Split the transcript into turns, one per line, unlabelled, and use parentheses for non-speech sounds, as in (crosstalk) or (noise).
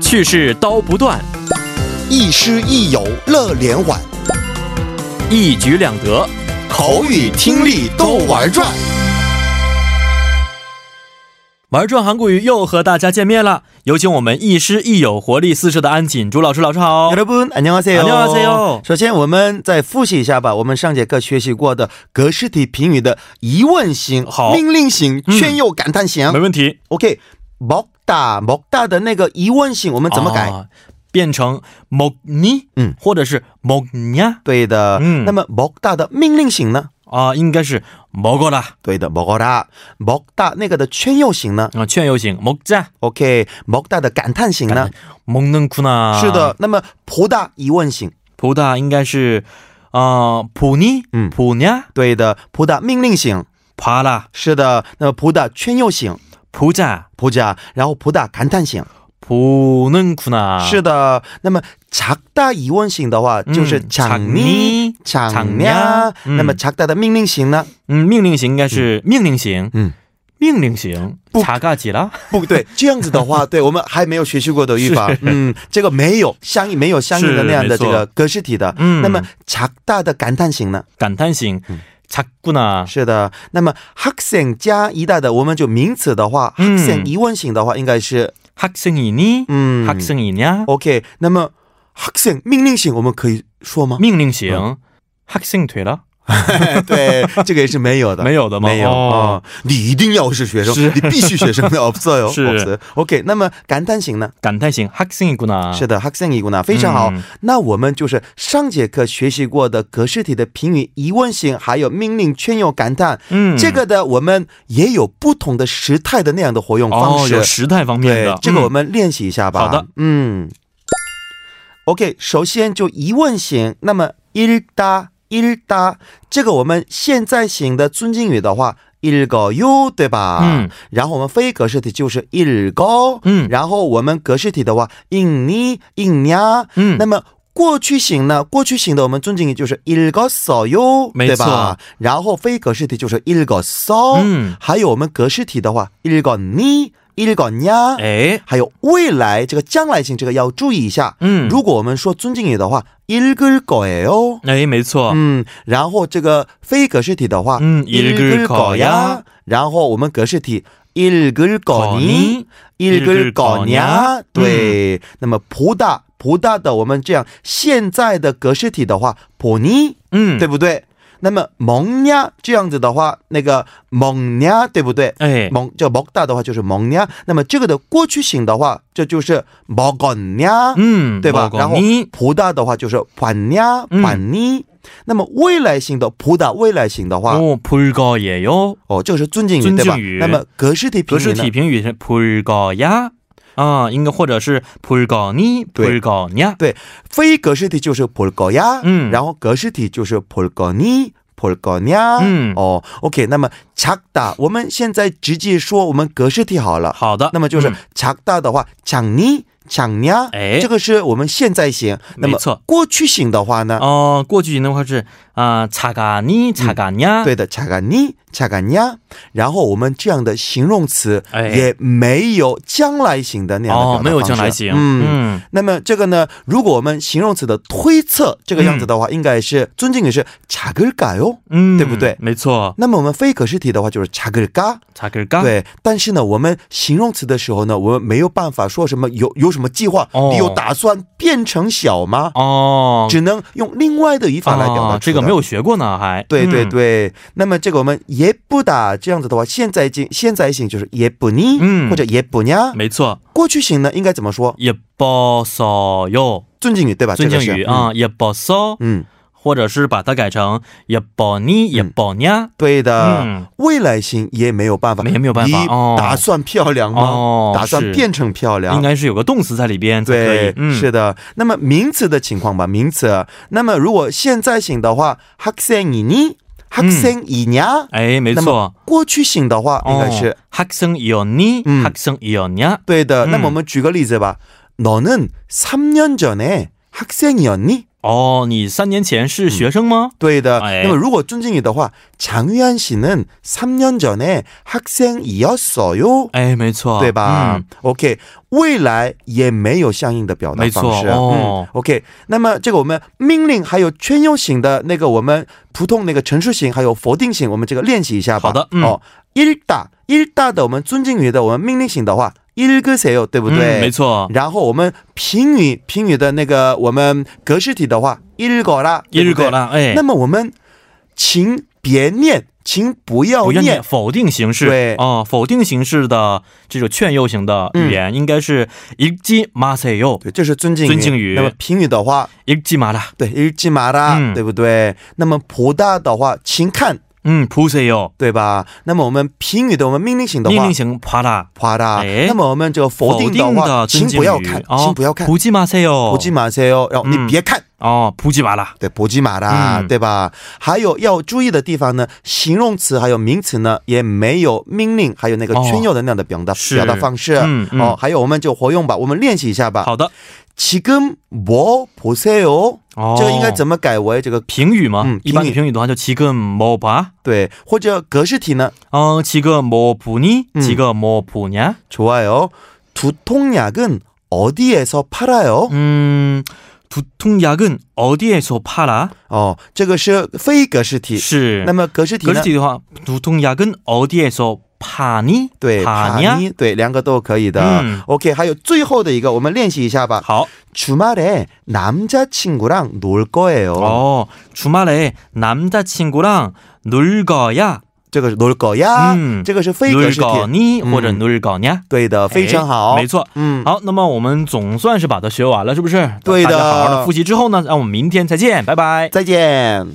去世刀不断，
亦师亦友乐连环，
一举两得。
口语听力都玩转。
玩转韩国语又和大家见面了，有请我们亦师亦友、活力四射的安锦珠老师。老师好，
여러분 안녕하세요.
안녕하세요.
首先我们再复习一下吧，我们上节课学习过的格式体评语的疑问型、
好嗯
命令型、劝诱感叹型。
没问题。
OK，먹다먹다的那个疑问型我们怎么改？
啊变成 먹니，
嗯，
或者是먹냐
对的。
嗯
那么먹다的命令型呢？
啊，应该是먹어라
对的，먹어라먹다那个的劝诱型呢
啊，劝诱型먹자
？OK，먹다的感叹型呢？
먹는구나。
是的，，那么보다疑问型，
보다应该是啊보니，
嗯
보냐
对的，보다命令型，
봐라
是的，那么보다劝诱型，
보자
보자，然后보다感叹型。
보는구나。
是的，那么작다疑问型的话就是
啊嗯
작니
작니
작
작냐
냐
嗯
那么작다的命令型呢？
嗯，命令型应该是命令型，
嗯，
命令型
不
查嘎吉拉
不对，这样子
(laughs)
的话，对我们还没有学习过的语法，嗯，这个没有相应没有相应
是
的那样的
没错
这个格式体的。
嗯
那么작다的感叹型呢？
感叹型
음.
查古纳
是的，那么학생加一代的，我们就名词的话，
嗯
학생疑问型的话应该是
학생이니，
嗯
학생이냐，
(laughs) OK，那么학생命令型我们可以说 (laughs) 吗？
命令
어.
型학생되라，
对，这个也是没有的，
没有的吗
没有
哦
啊、你一定要是学生，
是
你必须
(laughs)
学生的 없어요，
是
없어요 OK，那么感叹型呢？
感叹型학생이구나。
是的，학생이구나，非常好、
啊嗯
那我们就是上节课学习过的格式体的评语疑问型，还有命令、劝诱、感叹。
嗯
这个的我们也有不同的时态的那样的活用方
哦，
式。
有时态方面
对
的，，
这个我
嗯
们练习一下吧。
好的，
嗯。OK，首先就疑问型，那么일搭일搭，这个我们现在型的尊敬语的话，일个요，对吧？
嗯。
然后我们非格式体就是일个，
嗯
然后我们格式体的话，잉니잉냐，
嗯
那么。过去型呢？过去型的我们尊敬语就是일거어요，
没
对吧
错？
然后非格式体就是일거어，
嗯
还有我们格式体的话，일거니일거냐，
哎，
还有未来这个将来型，这个要注意一下。
嗯
如果我们说尊敬语的话，읽을거예요。
哎，没错，
哦嗯，然后这个非格式体的话，
嗯읽을거야。
然后我们格式体읽을거
거니，
니읽을
거
거냐
냐。
对，
嗯
那么보다不大的，我们这样现在的格式体的话，보니，
嗯，
对，不对？那么먹냐这样子的话，那个먹냐对不对？
哎，
蒙叫먹다的话就是蒙냐，那么这个的过去型的话，这就是먹었냐，
嗯，
对吧？
먹었니
然后보다的话就是봤냐
嗯
봤니，那么未来型的보다未来型的话，
哦，불거예요，
哦，这个是尊敬语
尊敬
对吧
语？
那么格式体评
格
语
式
呢
体？评语是불거야 아, 啊，应该或者是불거니불
对
거냐，
对，非格式体就是볼거야，
嗯
然后格式体就是볼거니볼거냐，
嗯
哦，OK，那么작다，我们现在直接说我们格式体好了。
好的，
那么就是
嗯
强大的话，抢你抢呀，
哎
啊这个是我们现在型。那
没
么
错
过去型的话呢？
哦，过去型的话是啊，查嘎尼查嘎냐，
嗯对的，恰嘎你，恰嘎呀。啊然后我们这样的形容词
哎
也没有将来型的那样的表
哦
达，
没有
方式
将来型，
嗯。
嗯，
那么这个呢？如果我们形容词的推测这个样子的话，应该是尊敬语是查格嘎哟。
嗯，
对不对
没错，
那么我们非可视体的话就是查格嘎，
查格嘎，，
对，但是呢，我们形容词的时候呢，我们没有办法说什么有有什么计划，
哦
你有打算变成小吗？
哦，
只能用另外的语法来表达、
啊，这个没。有学过呢，还
对对
嗯
对，那么这个我们也不打这样子的话，现在进现在型就是也不你，
嗯
或者也不呀。
没错，
过去型呢应该怎么说？
예뻐서요，
尊敬语对吧？
尊敬
这个
语
是，
啊，예뻐서，
嗯，嗯嗯
或者是把它改成예뻐니예뻐냐，
对的。
嗯，
未来型也没有办法，
也没有办法
你
哦
打算漂亮吗？
哦
打算
是
变成漂亮？
应该是有个动词在里边才可以
对，，
嗯，
是的。那么名词的情况吧，名词。那么如果现在型的话，학생이니학생이냐、
哎，没
那
错
么。过去型的话，应该是、
哦、학생이었니
嗯。
학생이었냐
对的。
嗯
那么我们举个例子吧，너는삼년전에학생이었니？
哦，你三年前
嗯
是学生吗？
对的.
아, 예.
그러면 如果 존칭이다话, 장유한 씨는 3년 전에 학생이었어요.
哎，没错，
对吧、
嗯
o k 未来也没有相应的表达方
没
式。
错哦
嗯、，OK。那么这个我们命令还有圈用型的那个我们普通那个陈述型还有否定型，我们这个练习一下吧。
好的嗯
哦，일다일다的我们尊敬语的我们命令型的话，일그세요，对不对？
嗯，没。错，
然后我们评语评语的那个我们格式体的话，일거라，
一日
对不对
狗。了，哎
那，么我们请别念，请不要
不愿
念
念否定形式，
对
哦，否定形式的这种劝诱型的语
嗯
言、应该是읽지마세요，
对，这是尊敬语。
尊敬语
那么评语的话，
읽지마라，
对，읽지마라，
嗯
对不对？那么보다的话，请看，
嗯，보세요，
对吧？那么我们评语的，我们命令型的
命
话
令，型봐라，
봐라。
哎
那么我们这个否定的话，
的
请
尊敬
不
语
要看，
哦
请不要看，
보지마세요，
보지마세요，然后你
嗯
别看，
哦，보지마라，
对，보지마라，
嗯
对吧？还有要注意的地方呢，形容词还有名词呢，也没有命令，还有那个
哦
圈有的那样的表达
是
表达方式。
嗯嗯
哦，还有我们就活用吧，我们练习一下吧。
好的，
지금뭐보세요？
哦，
啊这个应该怎么改为这个
评语嘛？
嗯
一般
评
的
语
评语的话就지금뭐봐，
对，或者格式题呢？
어, 지금 뭐 보니?
음.
지금 뭐 보냐?
좋아요. 두통약은 어디에서 팔아요?
음, 嗯 두통약은 어디에서 팔아?
어, 这个是非格式题.
是
那么格式题呢?
格式体的话, 두통약은 어디에서 파니?
对，
파냐?
니对，两个都可以的。
嗯
OK，还有最后的一个，我们练习一下吧。
好,
주말에 남자친구랑 놀 거예요.
어, 哦 주말에 남자친구랑 놀 거야.
这个是놀 거야，、
嗯
这个是非格
음. 놀
式题。
거니?
음.
或者 놀 거냐? 哎
对的， 네, 非常好。 음,
没错。
嗯，
好，那么我们总算是把它学完了，是不是？
对的
大家好好的复习之后呢，让我们明天再见，拜拜。
再见。